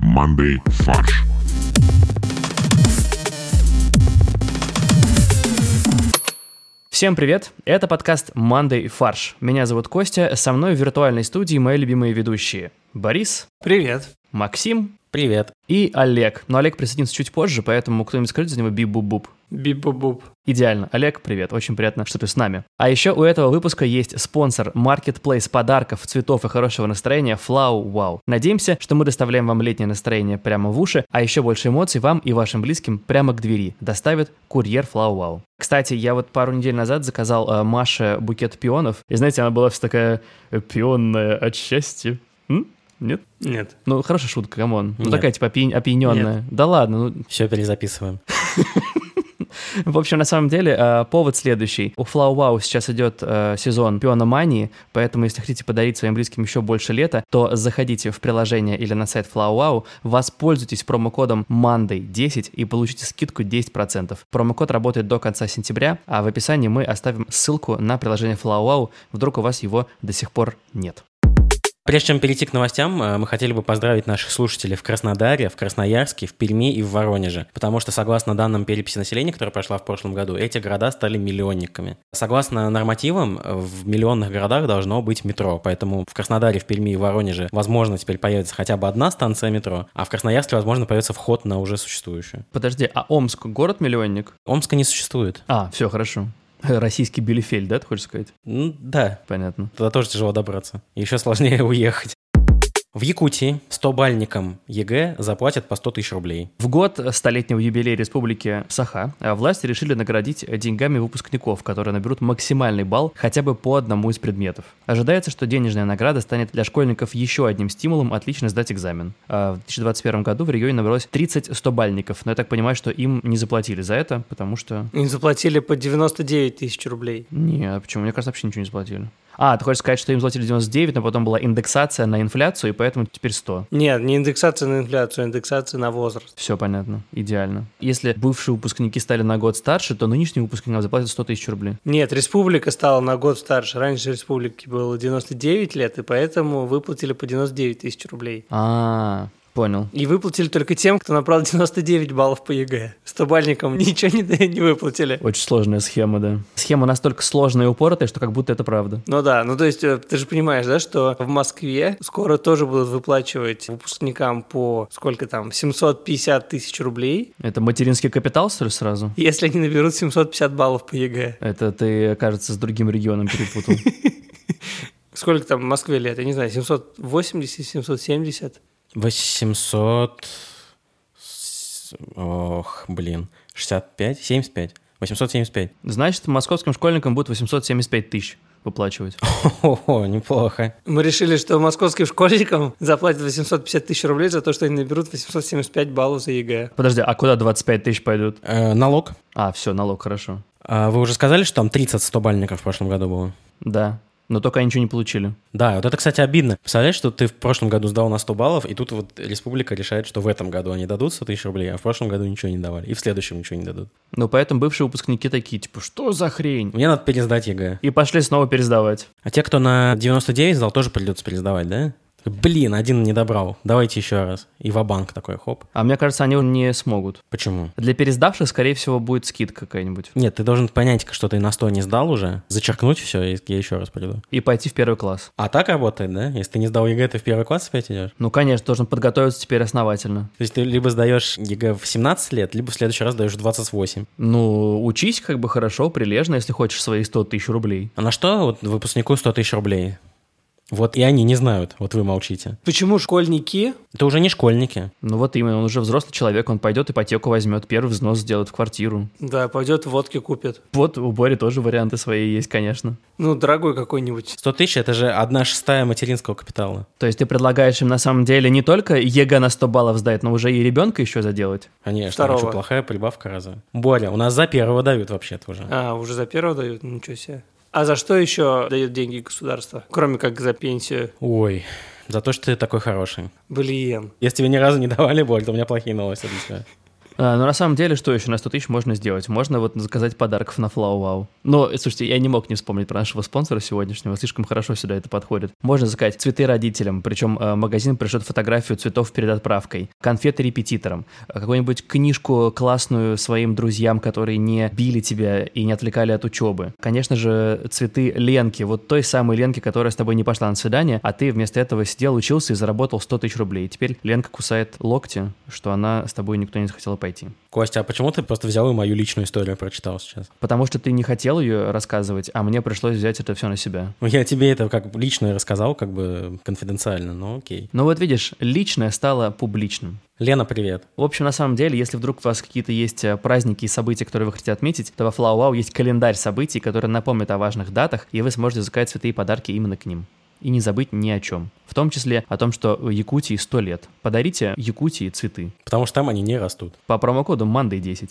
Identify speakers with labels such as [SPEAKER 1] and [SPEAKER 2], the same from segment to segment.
[SPEAKER 1] командой «Фарш».
[SPEAKER 2] Всем привет! Это подкаст «Мандай фарш». Меня зовут Костя, со мной в виртуальной студии мои любимые ведущие Борис,
[SPEAKER 3] Привет.
[SPEAKER 2] Максим
[SPEAKER 4] Привет.
[SPEAKER 2] и Олег. Но Олег присоединится чуть позже, поэтому кто-нибудь скажет за него би-буп-буп.
[SPEAKER 3] Бип-буп-буп.
[SPEAKER 2] Идеально. Олег, привет. Очень приятно, что ты с нами. А еще у этого выпуска есть спонсор маркетплейс подарков, цветов и хорошего настроения Flow Wow. Надеемся, что мы доставляем вам летнее настроение прямо в уши, а еще больше эмоций вам и вашим близким прямо к двери доставит курьер Flow Wow. Кстати, я вот пару недель назад заказал э, Маше букет пионов, и знаете, она была вся такая э, пионная от счастья. М? Нет?
[SPEAKER 3] Нет.
[SPEAKER 2] Ну, хорошая шутка, камон. Ну,
[SPEAKER 4] Нет.
[SPEAKER 2] такая, типа, опьян- опьяненная. Да ладно, ну,
[SPEAKER 4] Все перезаписываем.
[SPEAKER 2] В общем, на самом деле, э, повод следующий. У Flow Wow сейчас идет э, сезон пиономании, поэтому если хотите подарить своим близким еще больше лета, то заходите в приложение или на сайт Flow Wow, воспользуйтесь промокодом MONDAY10 и получите скидку 10%. Промокод работает до конца сентября, а в описании мы оставим ссылку на приложение Flow Wow, вдруг у вас его до сих пор нет.
[SPEAKER 4] Прежде чем перейти к новостям, э, мы хотели бы поздравить наших слушателей в Краснодаре, в Красноярске, в Перми и в Воронеже, потому что, согласно данным переписи населения, которая прошла в прошлом году, эти города стали миллионниками. Согласно нормативам, э, в миллионных городах должно быть метро, поэтому в Краснодаре, в Перми и в Воронеже, возможно, теперь появится хотя бы одна станция метро, а в Красноярске, возможно, появится вход на уже существующую.
[SPEAKER 2] Подожди, а Омск город-миллионник?
[SPEAKER 4] Омска не существует.
[SPEAKER 2] А, все, хорошо. Российский Билефель, да, ты хочешь сказать?
[SPEAKER 4] Ну, да,
[SPEAKER 2] Понятно.
[SPEAKER 4] Туда тоже тяжело добраться. Еще сложнее уехать. В Якутии 100 бальникам ЕГЭ заплатят по 100 тысяч рублей.
[SPEAKER 2] В год столетнего юбилея Республики Саха э, власти решили наградить деньгами выпускников, которые наберут максимальный балл хотя бы по одному из предметов. Ожидается, что денежная награда станет для школьников еще одним стимулом отлично сдать экзамен. А В 2021 году в регионе набралось 30 стобальников, но я так понимаю, что им не заплатили за это, потому что...
[SPEAKER 3] Им заплатили по 99 тысяч рублей.
[SPEAKER 2] Не, а почему? Мне кажется, вообще ничего не заплатили. А, ты хочешь сказать, что им заплатили 99, но потом была индексация на инфляцию, и поэтому теперь 100.
[SPEAKER 3] Нет, не индексация на инфляцию, а индексация на возраст.
[SPEAKER 2] Все понятно, идеально. Если бывшие выпускники стали на год старше, то нынешним выпускникам заплатят 100 тысяч рублей.
[SPEAKER 3] Нет, республика стала на год старше. Раньше республике было 99 лет, и поэтому выплатили по 99 тысяч рублей.
[SPEAKER 2] А, понял.
[SPEAKER 3] И выплатили только тем, кто набрал 99 баллов по ЕГЭ. Стобальникам ничего не, не выплатили.
[SPEAKER 2] Очень сложная схема, да. Схема настолько сложная и упоротая, что как будто это правда.
[SPEAKER 3] Ну да, ну то есть э, ты же понимаешь, да, что в Москве скоро тоже будут выплачивать выпускникам по сколько там, 750 тысяч рублей,
[SPEAKER 2] Это материнский капитал, что ли, сразу?
[SPEAKER 3] если они наберут 750 баллов по ЕГЭ.
[SPEAKER 2] Это ты, кажется, с другим регионом перепутал.
[SPEAKER 3] Сколько там в Москве лет? Я не знаю, 780, 770?
[SPEAKER 4] 800... с- Ох, блин. 65? 75? 875.
[SPEAKER 2] Значит, московским школьникам будет 875 тысяч выплачивать.
[SPEAKER 4] О, неплохо.
[SPEAKER 3] Мы решили, что московским школьникам заплатят 850 тысяч рублей за то, что они наберут 875 баллов за ЕГЭ.
[SPEAKER 2] Подожди, а куда 25 тысяч пойдут?
[SPEAKER 4] Э, налог.
[SPEAKER 2] А, все, налог, хорошо.
[SPEAKER 4] А Вы уже сказали, что там 30 100 бальников в прошлом году было?
[SPEAKER 2] Да, но только они ничего не получили.
[SPEAKER 4] Да, вот это, кстати, обидно. Представляешь, что ты в прошлом году сдал на 100 баллов, и тут вот республика решает, что в этом году они дадут 100 тысяч рублей, а в прошлом году ничего не давали, и в следующем ничего не дадут.
[SPEAKER 2] Ну, поэтому бывшие выпускники такие, типа, что за хрень?
[SPEAKER 4] Мне надо пересдать ЕГЭ.
[SPEAKER 2] И пошли снова пересдавать.
[SPEAKER 4] А те, кто на 99 сдал, тоже придется пересдавать, да? Блин, один не добрал. Давайте еще раз. И ва-банк такой, хоп.
[SPEAKER 2] А мне кажется, они не смогут.
[SPEAKER 4] Почему?
[SPEAKER 2] Для пересдавших, скорее всего, будет скидка какая-нибудь.
[SPEAKER 4] Нет, ты должен понять, что ты на 100 не сдал уже, зачеркнуть все, и я еще раз приду.
[SPEAKER 2] И пойти в первый класс.
[SPEAKER 4] А так работает, да? Если ты не сдал ЕГЭ, ты в первый класс опять идешь?
[SPEAKER 2] Ну, конечно, должен подготовиться теперь основательно.
[SPEAKER 4] То есть ты либо сдаешь ЕГЭ в 17 лет, либо в следующий раз сдаешь в 28.
[SPEAKER 2] Ну, учись как бы хорошо, прилежно, если хочешь свои 100 тысяч рублей.
[SPEAKER 4] А на что вот выпускнику 100 тысяч рублей? Вот и они не знают, вот вы молчите.
[SPEAKER 3] Почему школьники
[SPEAKER 4] Это уже не школьники.
[SPEAKER 2] Ну вот именно, он уже взрослый человек, он пойдет ипотеку возьмет, первый взнос сделает в квартиру.
[SPEAKER 3] Да, пойдет водки купит.
[SPEAKER 2] Вот у Бори тоже варианты свои есть, конечно.
[SPEAKER 3] Ну, дорогой какой-нибудь.
[SPEAKER 4] 100 тысяч – это же одна шестая материнского капитала.
[SPEAKER 2] То есть ты предлагаешь им на самом деле не только ЕГЭ на 100 баллов сдать, но уже и ребенка еще заделать?
[SPEAKER 4] Конечно, там
[SPEAKER 3] Второго.
[SPEAKER 4] очень плохая прибавка раза. Боря, у нас за первого дают вообще-то уже.
[SPEAKER 3] А, уже за первого дают? Ничего себе. А за что еще дают деньги государство? Кроме как за пенсию.
[SPEAKER 4] Ой, за то, что ты такой хороший.
[SPEAKER 3] Блин.
[SPEAKER 4] Если тебе ни разу не давали, Борь, то у меня плохие новости для тебя.
[SPEAKER 2] А, но на самом деле, что еще на 100 тысяч можно сделать? Можно вот заказать подарков на Флау Вау. Но, слушайте, я не мог не вспомнить про нашего спонсора сегодняшнего, слишком хорошо сюда это подходит. Можно заказать цветы родителям, причем э, магазин пришлет фотографию цветов перед отправкой, конфеты репетиторам, э, какую-нибудь книжку классную своим друзьям, которые не били тебя и не отвлекали от учебы. Конечно же, цветы Ленки, вот той самой Ленки, которая с тобой не пошла на свидание, а ты вместо этого сидел, учился и заработал 100 тысяч рублей. Теперь Ленка кусает локти, что она с тобой никто не захотела пойти.
[SPEAKER 4] Костя, а почему ты просто взял и мою личную историю прочитал сейчас?
[SPEAKER 2] Потому что ты не хотел ее рассказывать, а мне пришлось взять это все на себя.
[SPEAKER 4] Ну, Я тебе это как бы лично рассказал, как бы конфиденциально, но окей.
[SPEAKER 2] Ну вот видишь, личное стало публичным.
[SPEAKER 4] Лена, привет.
[SPEAKER 2] В общем, на самом деле, если вдруг у вас какие-то есть э, праздники и события, которые вы хотите отметить, то во FlowWow есть календарь событий, который напомнит о важных датах, и вы сможете заказать цветы и подарки именно к ним. И не забыть ни о чем. В том числе о том, что э, Якутии 100 лет. Подарите Якутии цветы.
[SPEAKER 4] Потому что там они не растут.
[SPEAKER 2] По промокоду Monday10.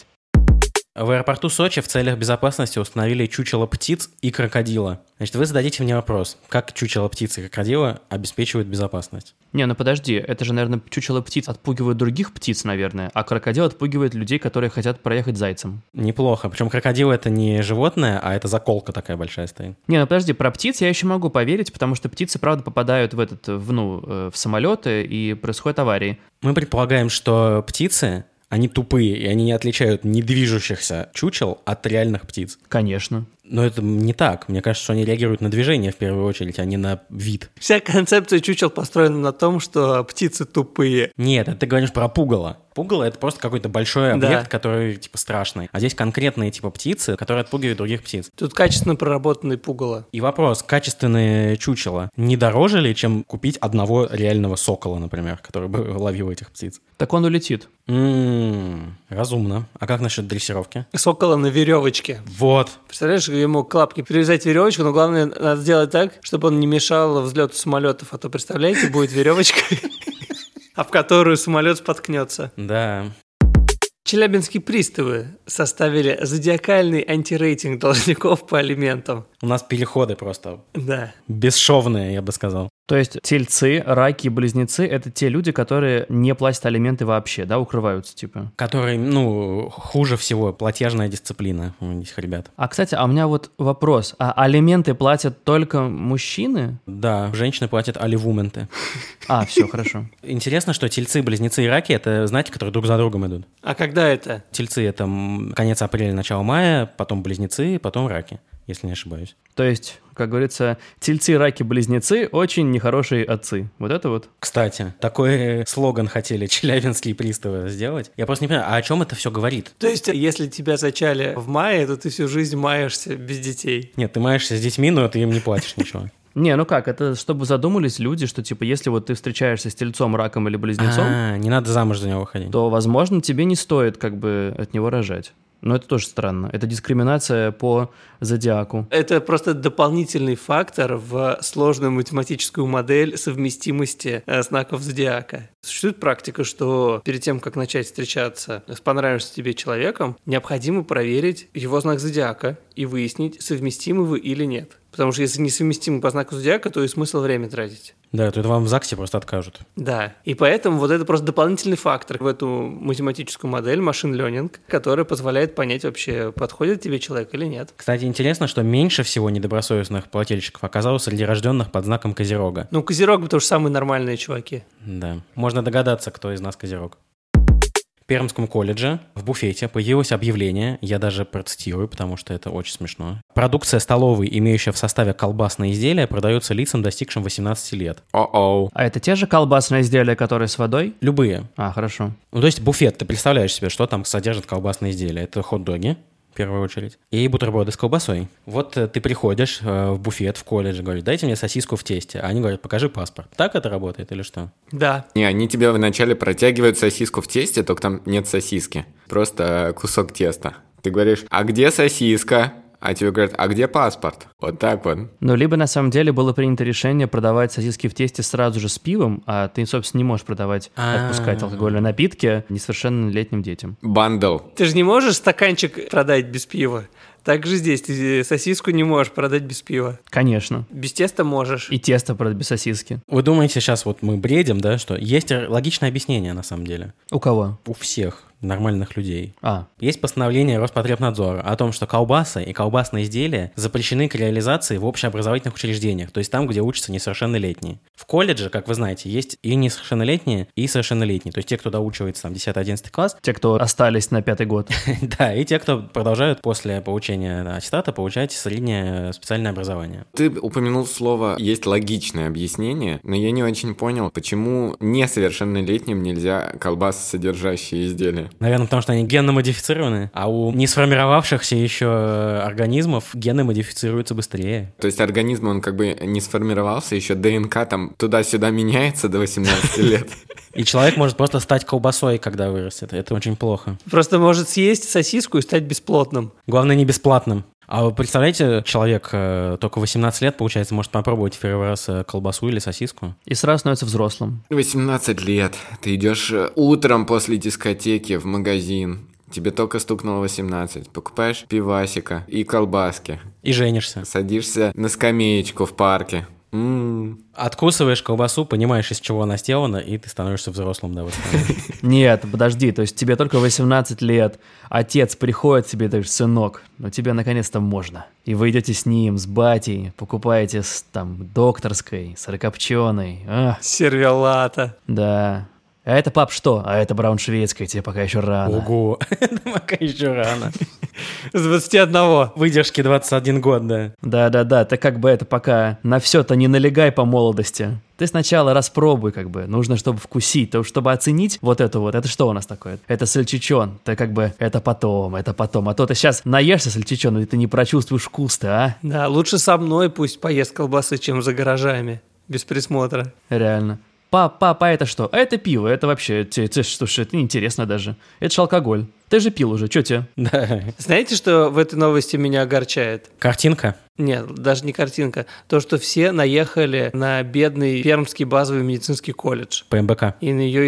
[SPEAKER 4] В аэропорту Сочи в целях безопасности установили чучело птиц и крокодила. Значит, вы зададите мне вопрос, как чучело птиц и крокодила обеспечивают безопасность?
[SPEAKER 2] Не, ну подожди, это же, наверное, чучело птиц отпугивают других птиц, наверное, а крокодил отпугивает людей, которые хотят проехать зайцем.
[SPEAKER 4] Неплохо. Причем крокодил это не животное, а это заколка такая большая стоит.
[SPEAKER 2] Не, ну подожди, про птиц я еще могу поверить, потому что птицы, правда, попадают в этот, э, в, ну, э, в самолеты и происходят аварии.
[SPEAKER 4] Мы предполагаем, что птицы, они тупые, и они не отличают недвижущихся чучел от реальных птиц.
[SPEAKER 2] Конечно.
[SPEAKER 4] Но это не так. Мне кажется, что они реагируют на движение в первую очередь, а не на вид.
[SPEAKER 3] Вся концепция чучел построена на том, что птицы тупые.
[SPEAKER 4] Нет, это ты говоришь про пугало. Пугало — это просто какой-то большой объект,
[SPEAKER 3] Да.
[SPEAKER 4] который, типа, страшный. А здесь конкретные, типа, птицы, которые отпугивают других птиц.
[SPEAKER 3] Тут качественно проработанные пугало.
[SPEAKER 4] И вопрос, качественные чучела не дороже ли, чем купить одного реального сокола, например, который бы ловил этих птиц?
[SPEAKER 2] Так он улетит.
[SPEAKER 4] М, разумно. А как насчет дрессировки?
[SPEAKER 3] Сокола на веревочке.
[SPEAKER 4] Вот.
[SPEAKER 3] Представляешь, ему к лапке привязать веревочку, но главное, надо сделать так, чтобы он не мешал взлету самолетов. А то, представляете, будет веревочка, а в которую самолет споткнется.
[SPEAKER 4] Да.
[SPEAKER 3] Челябинские приставы составили зодиакальный антирейтинг должников по алиментам.
[SPEAKER 4] У нас переходы просто
[SPEAKER 3] Да.
[SPEAKER 4] бесшовные, я бы сказал.
[SPEAKER 2] То есть тельцы, раки и близнецы — это те люди, которые не платят алименты вообще, да, укрываются, типа.
[SPEAKER 4] Который, ну, хуже всего платежная дисциплина у этих ребят.
[SPEAKER 2] А, кстати, а у меня вот вопрос. А алименты платят только мужчины?
[SPEAKER 4] Да, женщины платят оливументы.
[SPEAKER 2] А, все, хорошо.
[SPEAKER 4] Интересно, что тельцы, близнецы и раки — это, знаете, которые друг за другом идут.
[SPEAKER 3] А когда это?
[SPEAKER 4] Тельцы — это м, конец апреля, начало мая, потом близнецы, потом раки, если не ошибаюсь.
[SPEAKER 2] То есть, как говорится, тельцы, раки, близнецы — очень нехорошие отцы. Вот это вот.
[SPEAKER 4] Кстати, такой э, слоган хотели челябинские приставы сделать. Я просто не понимаю, а о чем это все говорит?
[SPEAKER 3] То есть, если тебя зачали в мае, то ты всю жизнь маешься без детей.
[SPEAKER 4] Нет, ты маешься с детьми, но ты им не платишь ничего.
[SPEAKER 2] Не, ну как, это чтобы задумались люди, что типа если вот ты встречаешься с тельцом, раком или близнецом,
[SPEAKER 4] А, не надо замуж за него выходить.
[SPEAKER 2] то, возможно, тебе не стоит как бы от него рожать. Но это тоже странно. Это дискриминация по зодиаку.
[SPEAKER 3] Это просто дополнительный фактор в сложную математическую модель совместимости э, знаков зодиака. Существует практика, что перед тем, как начать встречаться с понравившимся тебе человеком, необходимо проверить его знак зодиака и выяснить, совместимы вы или нет. Потому что если несовместимы по знаку зодиака, то и смысл время тратить.
[SPEAKER 4] Да, тут вам в ЗАГСе просто откажут.
[SPEAKER 3] Да. И поэтому вот это просто дополнительный фактор в эту математическую модель машин ленинг, которая позволяет понять вообще, подходит тебе человек или нет.
[SPEAKER 4] Кстати, интересно, что меньше всего недобросовестных плательщиков оказалось среди рожденных под знаком Козерога.
[SPEAKER 3] Ну, Козерог, потому что самые нормальные чуваки.
[SPEAKER 4] Да. Можно догадаться, кто из нас Козерог. В Пермском колледже в буфете появилось объявление, я даже процитирую, потому что это очень смешно. Продукция столовой, имеющая в составе колбасные изделия, продается лицам, достигшим 18 лет. О-оу.
[SPEAKER 2] А это те же колбасные изделия, которые с водой?
[SPEAKER 4] Любые.
[SPEAKER 2] А, хорошо.
[SPEAKER 4] Ну, то есть буфет, ты представляешь себе, что там содержит колбасные изделия. Это хот-доги, в первую очередь, и бутерброды с колбасой. Вот э, ты приходишь э, в буфет в колледже, говоришь, дайте мне сосиску в тесте. А они говорят, покажи паспорт. Так это работает или что?
[SPEAKER 3] Да.
[SPEAKER 1] Не, они тебе вначале протягивают сосиску в тесте, только там нет сосиски. Просто э, кусок теста. Ты говоришь, а где сосиска? А тебе говорят, а где паспорт? Вот так вот.
[SPEAKER 2] Ну, либо на самом деле было принято решение продавать сосиски в тесте сразу же с пивом, а ты, собственно, не можешь продавать,
[SPEAKER 4] А.
[SPEAKER 2] отпускать алкогольные напитки несовершеннолетним детям.
[SPEAKER 1] Бандл.
[SPEAKER 3] Ты же не можешь стаканчик продать без пива. Так же здесь ты э, сосиску не можешь продать без пива.
[SPEAKER 2] Конечно.
[SPEAKER 3] Без теста можешь.
[SPEAKER 2] И тесто, правда, без сосиски.
[SPEAKER 4] Вы думаете, сейчас вот мы бредим, да, что есть р- логичное объяснение на самом деле
[SPEAKER 2] У кого?
[SPEAKER 4] у всех. нормальных людей.
[SPEAKER 2] А,
[SPEAKER 4] Есть постановление Роспотребнадзора о том, что колбасы и колбасные изделия запрещены к реализации в общеобразовательных учреждениях, то есть там, где учатся несовершеннолетние. В колледже, как вы знаете, есть и несовершеннолетние, и совершеннолетние, то есть те, кто доучивается там 10-11 класс,
[SPEAKER 2] те, кто остались на пятый год.
[SPEAKER 4] да, и те, кто продолжают после получения аттестата получать среднее специальное образование.
[SPEAKER 1] Ты упомянул слово «есть логичное объяснение», но я не очень понял, почему несовершеннолетним нельзя колбасы, содержащие изделия.
[SPEAKER 4] Наверное, потому что они генно модифицированы, а у не сформировавшихся еще организмов гены модифицируются быстрее.
[SPEAKER 1] То есть организм, он как бы не сформировался, еще ДНК там туда-сюда меняется до 18 лет.
[SPEAKER 4] И человек может просто стать колбасой, когда вырастет. Это очень плохо.
[SPEAKER 3] Просто может съесть сосиску и стать бесплотным.
[SPEAKER 4] Главное, не бесплатным. А вы представляете, человек э, только 18 лет, получается, может попробовать в первый раз э, колбасу или сосиску?
[SPEAKER 2] И сразу становится взрослым.
[SPEAKER 1] 18 лет, ты идешь э, утром после дискотеки в магазин, тебе только стукнуло 18, покупаешь пивасика и колбаски,
[SPEAKER 4] И женишься.
[SPEAKER 1] садишься на скамеечку в парке. М-м. М,
[SPEAKER 4] Откусываешь колбасу, понимаешь, из чего она сделана, и ты становишься взрослым. Да, вот так.
[SPEAKER 2] Нет, подожди, то есть тебе только 18 лет, отец приходит тебе, ты сынок, но тебе наконец-то можно. И вы идете с ним, с батей, покупаете с, там докторской, сырокопченой. Ах,
[SPEAKER 3] Сервелата.
[SPEAKER 2] да. А это пап что? А это браун шведская, тебе пока еще рано.
[SPEAKER 4] Ого, Это пока еще рано.
[SPEAKER 3] С 21.
[SPEAKER 4] Выдержки 21 год, да.
[SPEAKER 2] Да-да-да, ты как бы это пока на все-то не налегай по молодости. Ты сначала распробуй, как бы. Нужно, чтобы вкусить. То, чтобы оценить вот это вот, это что у нас такое? Это сальчичон. Ты как бы, это потом, это потом. А то ты сейчас наешься сальчичон, и ты не прочувствуешь вкус-то, а?
[SPEAKER 3] Да, лучше со мной пусть поест колбасы, чем за гаражами. Без присмотра.
[SPEAKER 2] Реально. Пап, папа, это что? А это пиво, это вообще, те- те- слушай, это неинтересно даже. Это же алкоголь. Ты же пил уже, чё тебе?
[SPEAKER 4] Да.
[SPEAKER 3] Знаете, что в этой новости меня огорчает?
[SPEAKER 4] Картинка.
[SPEAKER 3] Нет, даже не картинка. То, что все наехали на бедный пермский базовый медицинский колледж
[SPEAKER 4] ПМБК.
[SPEAKER 3] и на ее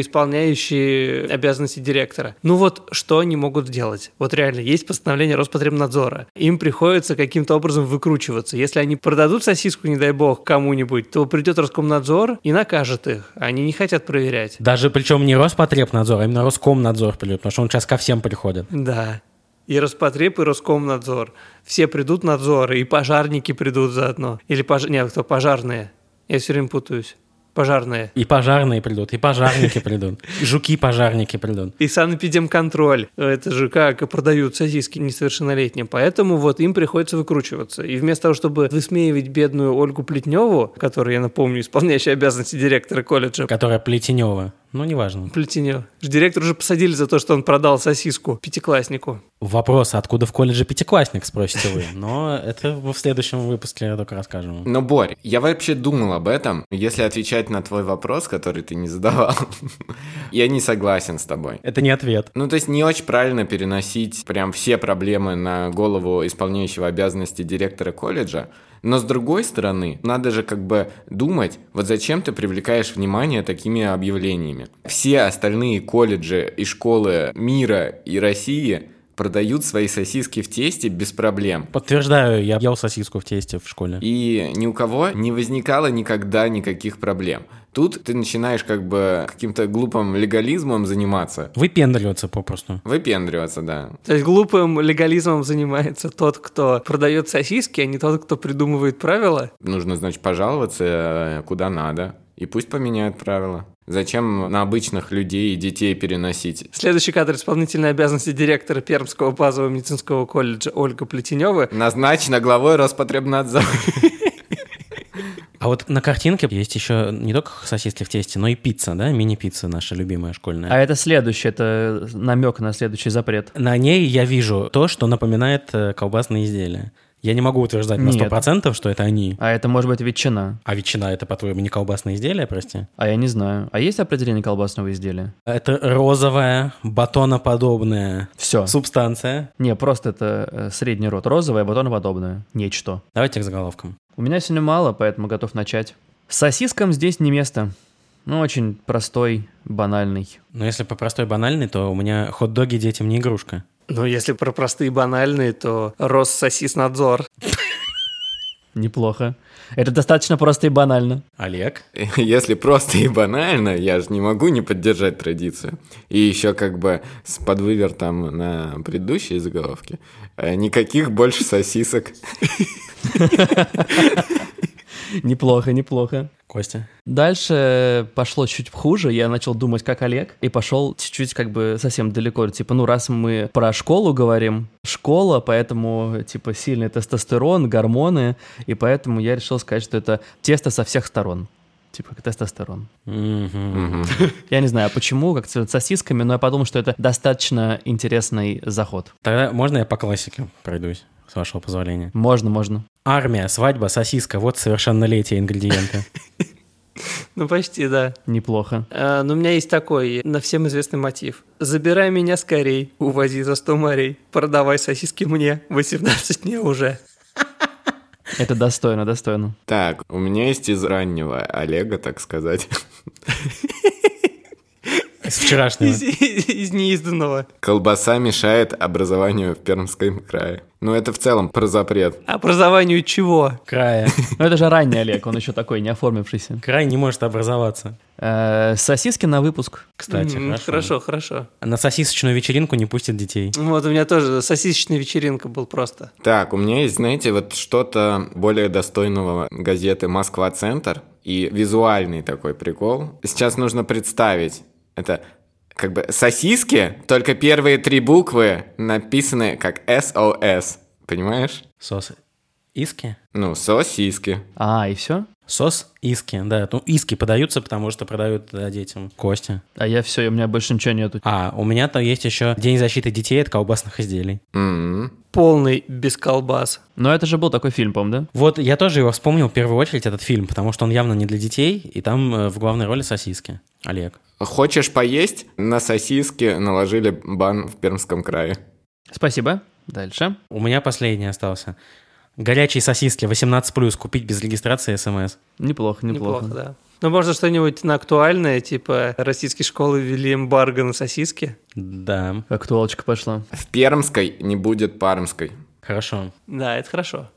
[SPEAKER 3] исполняющие обязанности директора. Ну вот, что они могут сделать? Вот реально, есть постановление Роспотребнадзора. Им приходится каким-то образом выкручиваться. Если они продадут сосиску, не дай бог, кому-нибудь, то придет Роскомнадзор и накажет их. Они не хотят проверять.
[SPEAKER 4] Даже причем не Роспотребнадзор, а именно Роскомнадзор придет, потому что он сейчас ко всем приходит.
[SPEAKER 3] Да. И Роспотреб, и Роскомнадзор. Все придут надзоры, и пожарники придут заодно. Или пож... Нет, кто? Пожарные. Я все время путаюсь. Пожарные.
[SPEAKER 4] И пожарные придут, и пожарники придут, и жуки-пожарники придут.
[SPEAKER 3] И санэпидемконтроль. Это же как продают сосиски несовершеннолетним. Поэтому вот им приходится выкручиваться. И вместо того, чтобы высмеивать бедную Ольгу Плетневу, которая, я напомню, исполняющая обязанности директора колледжа,
[SPEAKER 4] Которая Плетенева. Ну, неважно.
[SPEAKER 3] Плетенева. Директор уже посадили за то, что он продал сосиску пятикласснику.
[SPEAKER 4] Вопрос, откуда в колледже пятиклассник, спросите вы. Но это мы в следующем выпуске только расскажем.
[SPEAKER 1] Но, Борь, я вообще думал об этом. Если отвечать на твой вопрос, который ты не задавал, я не согласен с тобой.
[SPEAKER 4] Это не ответ.
[SPEAKER 1] Ну, то есть не очень правильно переносить прям все проблемы на голову исполняющего обязанности директора колледжа. Но с другой стороны, надо же как бы думать, вот зачем ты привлекаешь внимание такими объявлениями. Все остальные колледжи и школы мира и России продают свои сосиски в тесте без проблем.
[SPEAKER 4] Подтверждаю, я ел сосиску в тесте в школе.
[SPEAKER 1] И ни у кого не возникало никогда никаких проблем. Тут ты начинаешь как бы каким-то глупым легализмом заниматься.
[SPEAKER 4] Выпендриваться попросту.
[SPEAKER 1] Выпендриваться, да.
[SPEAKER 3] То есть глупым легализмом занимается тот, кто продает сосиски, а не тот, кто придумывает правила.
[SPEAKER 1] Нужно, значит, пожаловаться э, куда надо. И пусть поменяют правила. Зачем на обычных людей и детей переносить?
[SPEAKER 3] Следующий кадр исполнительной обязанности директора Пермского базового медицинского колледжа Ольга Плетенева.
[SPEAKER 1] Назначена главой Роспотребнадзора.
[SPEAKER 4] А вот на картинке есть еще не только сосиски в тесте, но и пицца, да, мини-пицца наша любимая школьная. А
[SPEAKER 2] А это следующее, это намек на следующий запрет.
[SPEAKER 4] На ней я вижу то, что напоминает э, колбасные изделия. Я не могу утверждать на
[SPEAKER 2] Нет.
[SPEAKER 4] 100%, что это они.
[SPEAKER 2] А это может быть ветчина.
[SPEAKER 4] А ветчина это, по-твоему, не колбасное изделие, прости?
[SPEAKER 2] А я не знаю. А есть определение колбасного изделия?
[SPEAKER 4] Это розовая, батоноподобная
[SPEAKER 2] Все.
[SPEAKER 4] субстанция.
[SPEAKER 2] Не, просто это э, средний рот. Розовое, подобное. Нечто.
[SPEAKER 4] Давайте к заголовкам.
[SPEAKER 2] У меня сегодня мало, поэтому готов начать. Сосискам здесь не место. Ну, очень простой, банальный.
[SPEAKER 4] Но если по простой банальной, то у меня хот-доги детям не игрушка.
[SPEAKER 3] Ну, если про простые банальные, то Россосиснадзор.
[SPEAKER 2] Неплохо. Это достаточно просто и банально.
[SPEAKER 4] Олег?
[SPEAKER 1] Если просто и банально, я же не могу не поддержать традицию. И еще как бы с подвывертом на предыдущей заголовке. э, Никаких больше сосисок.
[SPEAKER 2] Неплохо, неплохо.
[SPEAKER 4] Костя?
[SPEAKER 2] Дальше пошло чуть хуже, я начал думать как Олег, и пошел чуть-чуть как бы совсем далеко, типа, ну раз мы про школу говорим, школа, поэтому типа сильный тестостерон, гормоны, и поэтому я решил сказать, что это тесто со всех сторон. Типа как тестостерон.
[SPEAKER 4] Мгм.
[SPEAKER 1] Мгм.
[SPEAKER 2] Я не знаю а почему, как с сосисками, но я подумал, что это достаточно интересный заход.
[SPEAKER 4] Тогда можно я по классике пройдусь, с вашего позволения?
[SPEAKER 2] Можно, можно.
[SPEAKER 4] Армия, свадьба, сосиска, вот совершеннолетие ингредиенты.
[SPEAKER 3] Ну, почти, да.
[SPEAKER 2] Неплохо.
[SPEAKER 3] А, но у меня есть такой, на всем известный мотив. «Забирай меня скорей, увози за сто морей, продавай сосиски мне, 18 мне уже».
[SPEAKER 2] Это достойно, достойно.
[SPEAKER 1] Так, у меня есть из раннего Олега, так сказать.
[SPEAKER 4] С вчерашнего.
[SPEAKER 3] Из, из- из неизданного.
[SPEAKER 1] Колбаса мешает образованию в Пермском крае. Ну, это в целом про запрет.
[SPEAKER 3] Образованию чего?
[SPEAKER 4] Края.
[SPEAKER 2] Но это же ранний Олег, он еще такой, не оформившийся.
[SPEAKER 4] Край не может образоваться.
[SPEAKER 2] Э, сосиски на выпуск.
[SPEAKER 4] Кстати,
[SPEAKER 3] М,
[SPEAKER 4] хорошо.
[SPEAKER 3] Хорошо, хорошо.
[SPEAKER 4] На сосисочную вечеринку не пустят детей.
[SPEAKER 3] Вот у меня тоже сосисочная вечеринка был просто.
[SPEAKER 1] Так, у меня есть, знаете, вот что-то более достойного газеты «Москва-центр» и визуальный такой прикол. Сейчас нужно представить, это как бы сосиски, только первые три буквы написаны как SOS, понимаешь?
[SPEAKER 4] Сос иски?
[SPEAKER 1] Ну, сосиски.
[SPEAKER 2] А, и все?
[SPEAKER 4] Сос иски, да. Ну, иски подаются, потому что продают да, детям. Костя.
[SPEAKER 2] А я все, у меня больше ничего нету.
[SPEAKER 4] А, у меня там есть еще День защиты детей от колбасных изделий.
[SPEAKER 1] М.
[SPEAKER 3] Полный без колбас.
[SPEAKER 2] Но это же был такой фильм, по-моему, да?
[SPEAKER 4] Вот я тоже его вспомнил в первую очередь, этот фильм, потому что он явно не для детей, и там э, в главной роли сосиски. Олег.
[SPEAKER 1] Хочешь поесть? На сосиски наложили бан в Пермском крае.
[SPEAKER 2] Спасибо. Дальше.
[SPEAKER 4] У меня последний остался. Горячие сосиски 18+, купить без регистрации смс.
[SPEAKER 2] Неплохо, неплохо.
[SPEAKER 3] Неплохо, да. Ну, можно что-нибудь на актуальное, типа российские школы ввели эмбарго на сосиски.
[SPEAKER 4] Да,
[SPEAKER 2] Актуалочка пошла.
[SPEAKER 1] В Пермской не будет Пармской.
[SPEAKER 4] хорошо.
[SPEAKER 3] Да, это хорошо.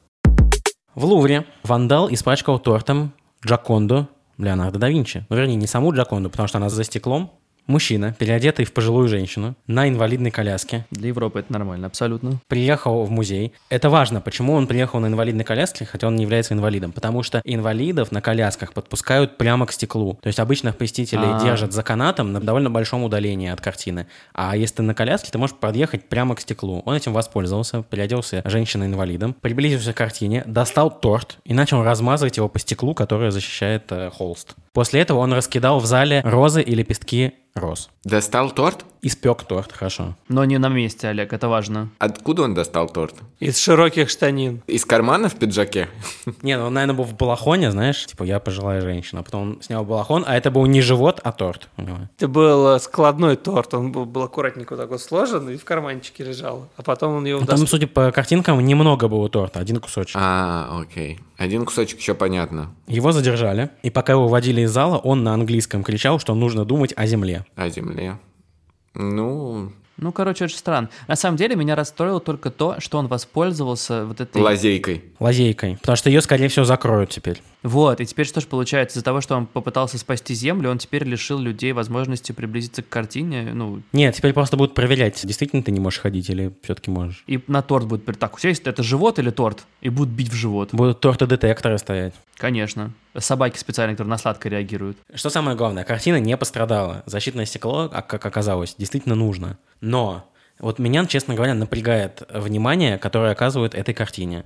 [SPEAKER 4] В Лувре вандал испачкал тортом Джаконду Леонардо да Винчи. Ну, вернее, не саму Джаконду, потому что она за стеклом. Мужчина, переодетый в пожилую женщину, на инвалидной коляске,
[SPEAKER 2] Для Европы это нормально, абсолютно.
[SPEAKER 4] приехал в музей. Это важно, почему он приехал на инвалидной коляске, хотя он не является инвалидом. Потому что инвалидов на колясках подпускают прямо к стеклу. То есть обычных посетителей
[SPEAKER 2] А.
[SPEAKER 4] держат за канатом на довольно большом удалении от картины. А если ты на коляске, ты можешь подъехать прямо к стеклу. Он этим воспользовался, переоделся женщиной-инвалидом, приблизился к картине, достал торт и начал размазывать его по стеклу, которое защищает э, холст. После этого он раскидал в зале розы и лепестки роз.
[SPEAKER 1] Достал торт?
[SPEAKER 4] Испек торт, хорошо.
[SPEAKER 2] Но не на месте, Олег, это важно.
[SPEAKER 1] Откуда он достал торт?
[SPEAKER 3] Из широких штанин.
[SPEAKER 1] Из кармана в пиджаке?
[SPEAKER 4] Не, ну он, наверное, был в балахоне, знаешь, типа я пожилая женщина, а потом он снял балахон, а это был не живот, а торт у него.
[SPEAKER 3] Это был э, складной торт, он был, был аккуратненько вот так вот сложен и в карманчике лежал. А потом он его
[SPEAKER 4] Ну, там,
[SPEAKER 3] достал.
[SPEAKER 4] судя по картинкам, немного было торта, один кусочек.
[SPEAKER 1] А, окей. Один кусочек еще понятно.
[SPEAKER 4] Его задержали, и пока его водили из зала, он на английском кричал, что нужно думать о земле.
[SPEAKER 1] О земле. Ну,
[SPEAKER 2] Ну, короче, очень странно. На самом деле, меня расстроило только то, что он воспользовался вот этой...
[SPEAKER 1] лазейкой.
[SPEAKER 4] Лазейкой, потому что ее, скорее всего, закроют теперь.
[SPEAKER 2] Вот, и теперь что же получается? Из-за того, что он попытался спасти Землю, он теперь лишил людей возможности приблизиться к картине, ну,
[SPEAKER 4] Нет, теперь просто будут проверять, действительно ты не можешь ходить или все-таки можешь.
[SPEAKER 2] и на торт будет... при- Так, у тебя есть это живот или торт? И будут бить в живот.
[SPEAKER 4] Будут торты-детекторы стоять.
[SPEAKER 2] Конечно. Собаки специально, которые на сладкое реагируют.
[SPEAKER 4] Что самое главное, картина не пострадала. Защитное стекло, а как оказалось, действительно нужно. Но вот меня, честно говоря, напрягает внимание, которое оказывают этой картине.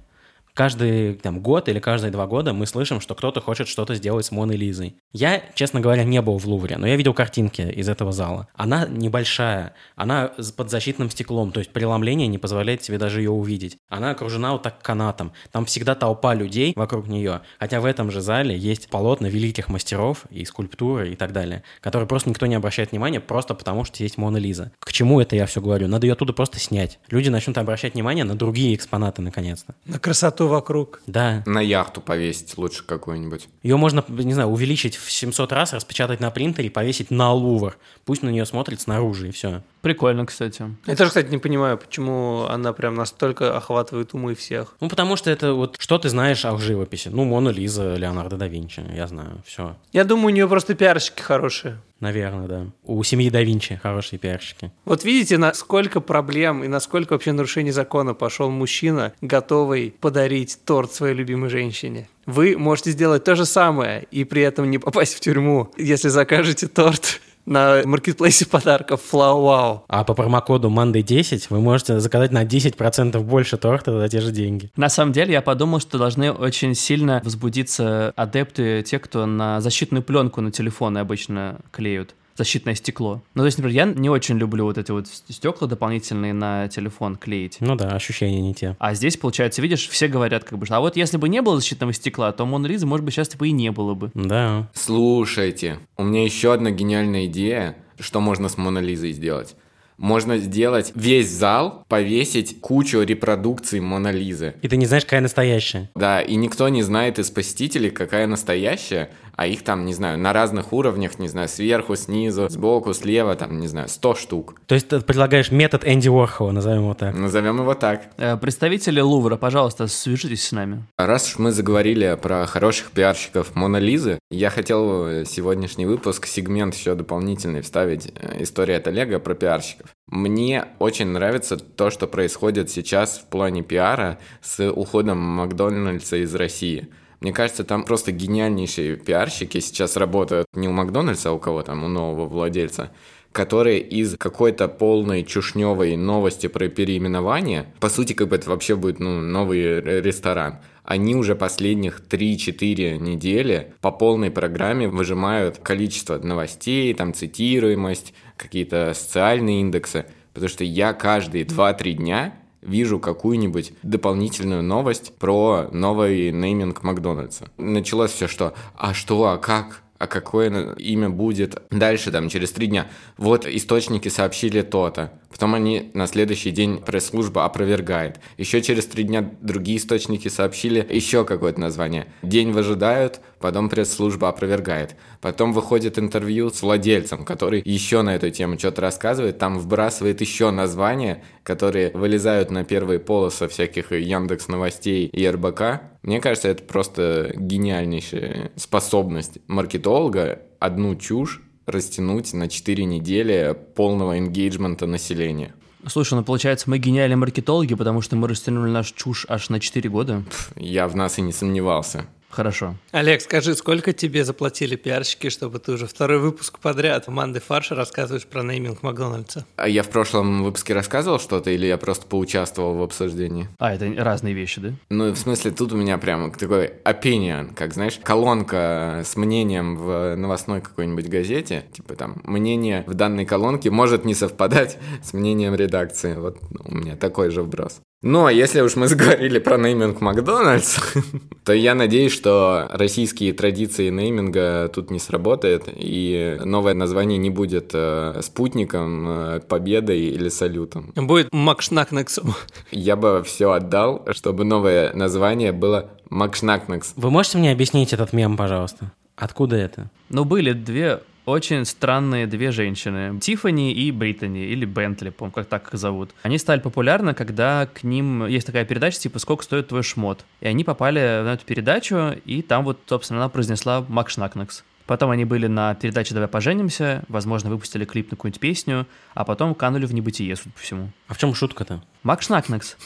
[SPEAKER 4] Каждый там, год или каждые два года мы слышим, что кто-то хочет что-то сделать с Моной Лизой. Я, честно говоря, не был в Лувре, но я видел картинки из этого зала. Она небольшая, она а, с- под защитным стеклом, то есть преломление не позволяет тебе даже ее увидеть. Она окружена вот так канатом. Там всегда толпа людей вокруг нее. Хотя в этом же зале есть полотна великих мастеров и скульптуры и так далее, которые просто никто не обращает внимания, просто потому что есть Мона Лиза. К чему это я все говорю? Надо ее оттуда просто снять. Люди начнут обращать внимание на другие экспонаты наконец-то.
[SPEAKER 3] На красоту вокруг.
[SPEAKER 4] Да.
[SPEAKER 1] На яхту повесить лучше какую-нибудь.
[SPEAKER 4] Ее можно, не знаю, увеличить в 700 раз, распечатать на принтере, повесить на лувр. Пусть на нее смотрит снаружи, и все.
[SPEAKER 2] Прикольно, кстати.
[SPEAKER 3] Я тоже, кстати, не понимаю, почему она прям настолько охватывает умы всех.
[SPEAKER 4] Ну, потому что это вот что ты знаешь о живописи? Ну, Мона Лиза, Леонардо да Винчи, я знаю, все.
[SPEAKER 3] Я думаю, у нее просто пиарщики хорошие.
[SPEAKER 4] Наверное, да. У семьи да Винчи хорошие пиарщики.
[SPEAKER 3] Вот видите, насколько проблем и насколько вообще нарушений закона пошел мужчина, готовый подарить торт своей любимой женщине. Вы можете сделать то же самое и при этом не попасть в тюрьму, если закажете торт на маркетплейсе подарков Флауау.
[SPEAKER 4] А по промокоду Monday10 вы можете заказать на 10% больше торта за те же деньги.
[SPEAKER 2] На самом деле, я подумал, что должны очень сильно возбудиться адепты, те, кто на защитную пленку на телефоны обычно клеют защитное стекло. Ну, то есть, например, я не очень люблю вот эти вот стекла дополнительные на телефон клеить.
[SPEAKER 4] Ну да, ощущения не те.
[SPEAKER 2] А здесь, получается, видишь, все говорят как бы, что а вот если бы не было защитного стекла, то Мона Лиза, может быть, сейчас типа и не было бы.
[SPEAKER 4] Да.
[SPEAKER 1] Слушайте, у меня еще одна гениальная идея, что можно с Мона Лизой сделать. Можно сделать весь зал, повесить кучу репродукций Мона Лизы.
[SPEAKER 4] И ты не знаешь, какая настоящая.
[SPEAKER 1] Да, и никто не знает из посетителей, какая настоящая, а их там, не знаю, на разных уровнях, не знаю, сверху, снизу, сбоку, слева, там, не знаю, 100 штук.
[SPEAKER 4] То есть ты предлагаешь метод Энди Уорхова, назовем его так.
[SPEAKER 1] Назовем его так.
[SPEAKER 2] Э, Представители Лувра, пожалуйста, свяжитесь с нами.
[SPEAKER 1] А Раз уж мы заговорили про хороших пиарщиков Мона Лизы, я хотел в сегодняшний выпуск, сегмент еще дополнительный вставить э, «История от Олега» про пиарщиков. Мне очень нравится то, что происходит сейчас в плане пиара с уходом Макдональдса из России. Мне кажется, там просто гениальнейшие пиарщики сейчас работают не у Макдональдса, а у кого там, у нового владельца, которые из какой-то полной чушневой новости про переименование, по сути, как бы это вообще будет ну, новый р- ресторан, они уже последних 3-4 недели по полной программе выжимают количество новостей, там цитируемость, какие-то социальные индексы, потому что я каждые 2-3 дня вижу какую-нибудь дополнительную новость про новый нейминг Макдональдса. Началось все, что «а что, а как?» а какое на- имя будет дальше, там, через три дня. Вот источники сообщили то-то. Потом они на следующий день пресс-служба опровергает. Еще через три дня другие источники сообщили еще какое-то название. День выжидают, потом пресс-служба опровергает. Потом выходит интервью с владельцем, который еще на эту тему что-то рассказывает, там вбрасывает еще названия, которые вылезают на первые полосы всяких Яндекс новостей и РБК. Мне кажется, это просто гениальнейшая способность маркетолога одну чушь растянуть на 4 недели полного энгейджмента населения.
[SPEAKER 2] Слушай, ну получается, мы гениальные маркетологи, потому что мы растянули наш чушь аж на 4 года.
[SPEAKER 1] Я в нас и не сомневался.
[SPEAKER 2] Хорошо.
[SPEAKER 3] Олег, скажи, сколько тебе заплатили пиарщики, чтобы ты уже второй выпуск подряд Манды Фарша рассказываешь про нейминг Макдональдса?
[SPEAKER 1] А я в прошлом выпуске рассказывал что-то, или я просто поучаствовал в обсуждении?
[SPEAKER 2] А, это разные вещи, да?
[SPEAKER 1] Ну, в смысле, тут у меня прям такой opinion, как, знаешь, колонка с мнением в новостной какой-нибудь газете. Типа там, мнение в данной колонке может не совпадать с мнением редакции. Вот у меня такой же вброс. Но если уж мы заговорили про нейминг Макдональдс, то я надеюсь, что российские традиции нейминга тут не сработает, и новое название не будет э, спутником, э, победой или салютом.
[SPEAKER 3] Будет Макшнакнексом.
[SPEAKER 1] Я бы все отдал, чтобы новое название было Макшнакнакс.
[SPEAKER 4] Вы можете мне объяснить этот мем, пожалуйста? Откуда это?
[SPEAKER 2] Ну, были две очень странные две женщины. Тиффани и Британи, или Бентли, по как так их зовут. Они стали популярны, когда к ним есть такая передача, типа «Сколько стоит твой шмот?». И они попали на эту передачу, и там вот, собственно, она произнесла «Макшнакнакс». Потом они были на передаче «Давай поженимся», возможно, выпустили клип на какую-нибудь песню, а потом канули в небытие, судя по всему.
[SPEAKER 4] А в чем шутка-то?
[SPEAKER 2] Макшнакнакс.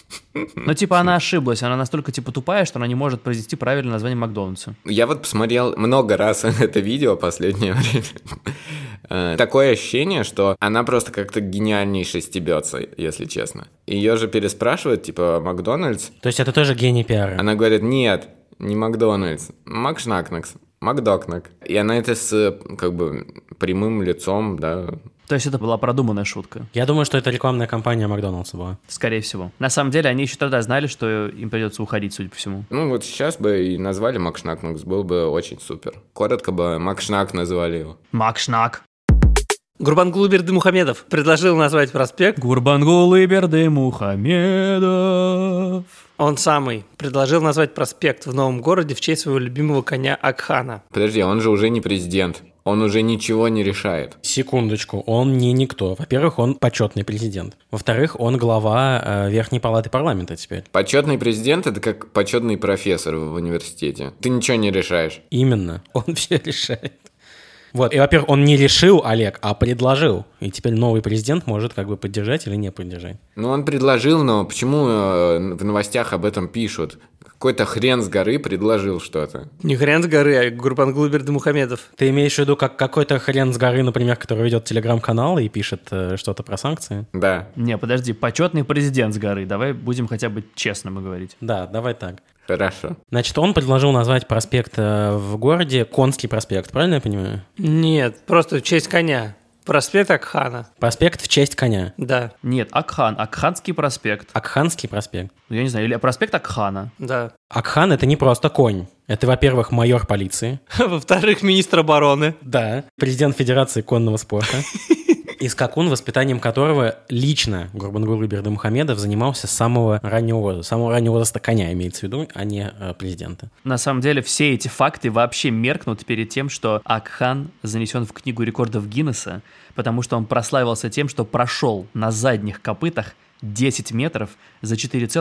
[SPEAKER 2] Но типа она ошиблась, она настолько типа тупая, что она не может произнести правильное название Макдональдса.
[SPEAKER 1] Я вот посмотрел много раз это видео последнее время. Э, Такое ощущение, что она просто как-то гениальнейше стебется, если честно. Ее же переспрашивают, типа, Макдональдс?
[SPEAKER 4] То есть это тоже гений пиара.
[SPEAKER 1] Она говорит, нет, не Макдональдс, Макшнакнакс, Макдокнак. И она это с, э, как бы, прямым лицом, да,
[SPEAKER 2] То есть это была продуманная шутка.
[SPEAKER 4] Я думаю, что это рекламная кампания Макдоналдса была.
[SPEAKER 2] Скорее всего. На самом деле, они еще тогда знали, что им придется уходить, судя по всему.
[SPEAKER 1] Ну вот сейчас бы и назвали Макшнакнакс, был бы очень супер. Коротко бы Макшнак назвали его.
[SPEAKER 2] Макшнак.
[SPEAKER 3] Гурбангулу Бердымухамедов предложил назвать проспект.
[SPEAKER 2] Гурбангул и Бердымухамедов.
[SPEAKER 3] Он самый предложил назвать проспект в новом городе в честь своего любимого коня Акхана.
[SPEAKER 1] Подожди, он же уже не президент. он уже ничего не решает.
[SPEAKER 4] Секундочку, он не никто. Во-первых, он почетный президент. Во-вторых, он глава э, Верхней Палаты Парламента теперь.
[SPEAKER 1] Почетный президент это как почетный профессор в университете. Ты ничего не решаешь.
[SPEAKER 4] Именно, он все решает. Вот, и, во-первых, он не решил, Олег, а предложил. И теперь новый президент может как бы поддержать или не поддержать.
[SPEAKER 1] Ну, он предложил, но почему э, в новостях об этом пишут? Какой-то хрен с горы предложил что-то.
[SPEAKER 3] Не хрен с горы, а Гурбанглубер Мухамедов.
[SPEAKER 4] Ты имеешь в виду как какой-то хрен с горы, например, который ведет телеграм-канал и пишет э, что-то про санкции?
[SPEAKER 1] Да.
[SPEAKER 2] Не, подожди, почетный президент с горы. Давай будем хотя бы честным говорить.
[SPEAKER 4] Да, давай так.
[SPEAKER 1] Хорошо.
[SPEAKER 4] Значит, он предложил назвать проспект э, в городе Конский проспект, правильно я понимаю?
[SPEAKER 3] Нет, просто в честь коня. Проспект Акхана.
[SPEAKER 4] Проспект в честь коня.
[SPEAKER 3] Да,
[SPEAKER 2] Нет, Акхан, Акханский проспект.
[SPEAKER 4] Акханский проспект.
[SPEAKER 2] Ну, Я не знаю, или проспект Акхана.
[SPEAKER 3] да.
[SPEAKER 4] Акхан — это не просто конь. Это, во-первых, майор полиции.
[SPEAKER 3] Во-вторых, министр обороны.
[SPEAKER 4] Да. Президент Федерации конного спорта. И скакун, воспитанием которого лично Гурбангулы Бердымухамедов занимался с самого раннего возраста. Самого раннего возраста коня имеется в виду, а не э, президента.
[SPEAKER 2] На самом деле все эти факты вообще меркнут перед тем, что Акхан занесен в книгу рекордов Гиннесса, потому что он прославился тем, что прошел на задних копытах 10 метров за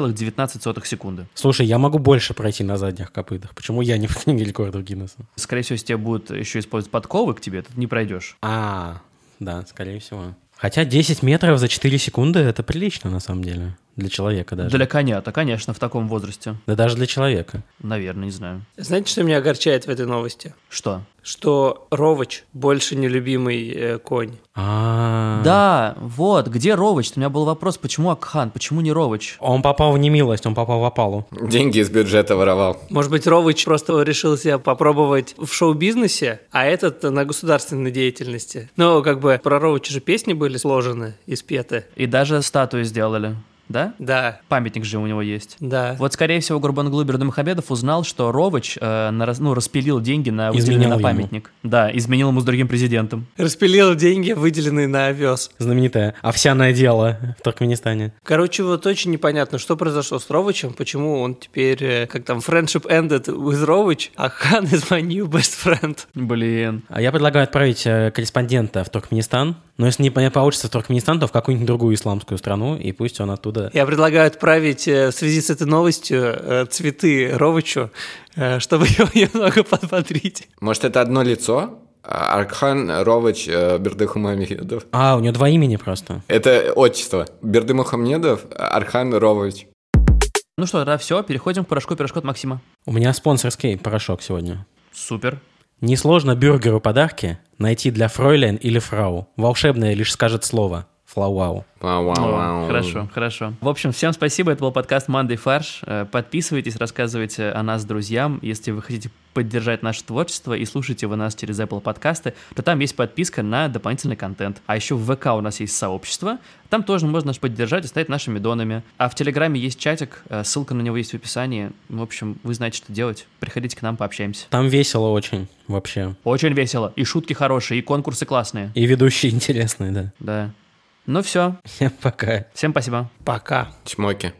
[SPEAKER 2] 4,19 секунды.
[SPEAKER 4] Слушай, я могу больше пройти на задних копытах. Почему я не в книге рекордов Гиннесса?
[SPEAKER 2] Скорее всего, если тебя будут еще использовать подковы к тебе, ты не пройдешь.
[SPEAKER 4] А, да, скорее всего. Хотя 10 метров за 4 секунды — это прилично, на самом деле. Для человека даже.
[SPEAKER 2] Для коня-то, конечно, в таком возрасте.
[SPEAKER 4] Да даже для человека.
[SPEAKER 2] Наверное, не знаю.
[SPEAKER 3] Знаете, что меня огорчает в этой новости?
[SPEAKER 2] Что?
[SPEAKER 3] Что Ровач больше нелюбимый э, конь.
[SPEAKER 4] А,
[SPEAKER 2] Да, вот, где Ровоч? У меня был вопрос, почему Акхан, почему не Ровоч?
[SPEAKER 4] Он попал в немилость, он попал в опалу.
[SPEAKER 1] Деньги из бюджета воровал.
[SPEAKER 3] Может быть, Ровыч просто решил себя попробовать в шоу-бизнесе, а этот на государственной деятельности. Но как бы про Ровыча же песни были сложены и спеты.
[SPEAKER 2] И даже статую сделали, да?
[SPEAKER 3] Да,
[SPEAKER 2] Памятник же у него есть.
[SPEAKER 3] да.
[SPEAKER 2] Вот, скорее всего, Гурбанглубер Домохабедов узнал, что Ровоч э, на раз- ну, распилил деньги на,
[SPEAKER 4] Изменил
[SPEAKER 2] выделенные на
[SPEAKER 4] ему.
[SPEAKER 2] памятник. Да, изменил ему с другим президентом.
[SPEAKER 3] Распилил деньги, выделенные на овес.
[SPEAKER 4] Знаменитое овсяное дело в Туркменистане.
[SPEAKER 3] Короче, вот очень непонятно, что произошло с Ровычем, почему он теперь, э, как там, friendship ended with Ровыч, а Хан is my new best friend.
[SPEAKER 2] Блин.
[SPEAKER 4] А Я предлагаю отправить э, корреспондента в Туркменистан. Но если не по- получится в Туркменистан, то в какую-нибудь другую исламскую страну, и пусть он оттуда...
[SPEAKER 3] Я предлагаю отправить э, в связи с этой новостью э, цветы Ровычу, э, чтобы его немного подбодрить.
[SPEAKER 1] Может, это одно лицо? А, Аркхан Ровач э, Бердыхумамедов.
[SPEAKER 4] А, у него два имени просто.
[SPEAKER 1] Это отчество. Бердымухамедов Архан Ровач.
[SPEAKER 2] Ну что, да, все, переходим к порошку-пирожку от Максима.
[SPEAKER 4] У меня спонсорский порошок сегодня.
[SPEAKER 2] Супер.
[SPEAKER 4] Несложно бюргеру подарки найти для фройлен или фрау. Волшебное лишь скажет слово. Флауау.
[SPEAKER 1] Вау-вау-вау.
[SPEAKER 2] О, Ну, Хорошо, хорошо. В общем, всем спасибо. Это был подкаст «Мандай фарш». Э, Подписывайтесь, рассказывайте о нас друзьям. Если вы хотите поддержать наше творчество и слушаете вы нас через Apple подкасты, то там есть подписка на дополнительный контент. А еще в ВК у нас есть сообщество. Там тоже можно нас поддержать и стать нашими донами. А в Телеграме есть чатик, э, ссылка на него есть в описании. Ну, В общем, вы знаете, что делать. Приходите к нам, пообщаемся.
[SPEAKER 4] Там весело очень вообще.
[SPEAKER 2] Очень весело. И шутки хорошие, и конкурсы классные.
[SPEAKER 4] И ведущие интересные, да.
[SPEAKER 2] Да. Ну все.
[SPEAKER 4] Пока.
[SPEAKER 2] Всем спасибо.
[SPEAKER 3] Пока.
[SPEAKER 1] Чмоки.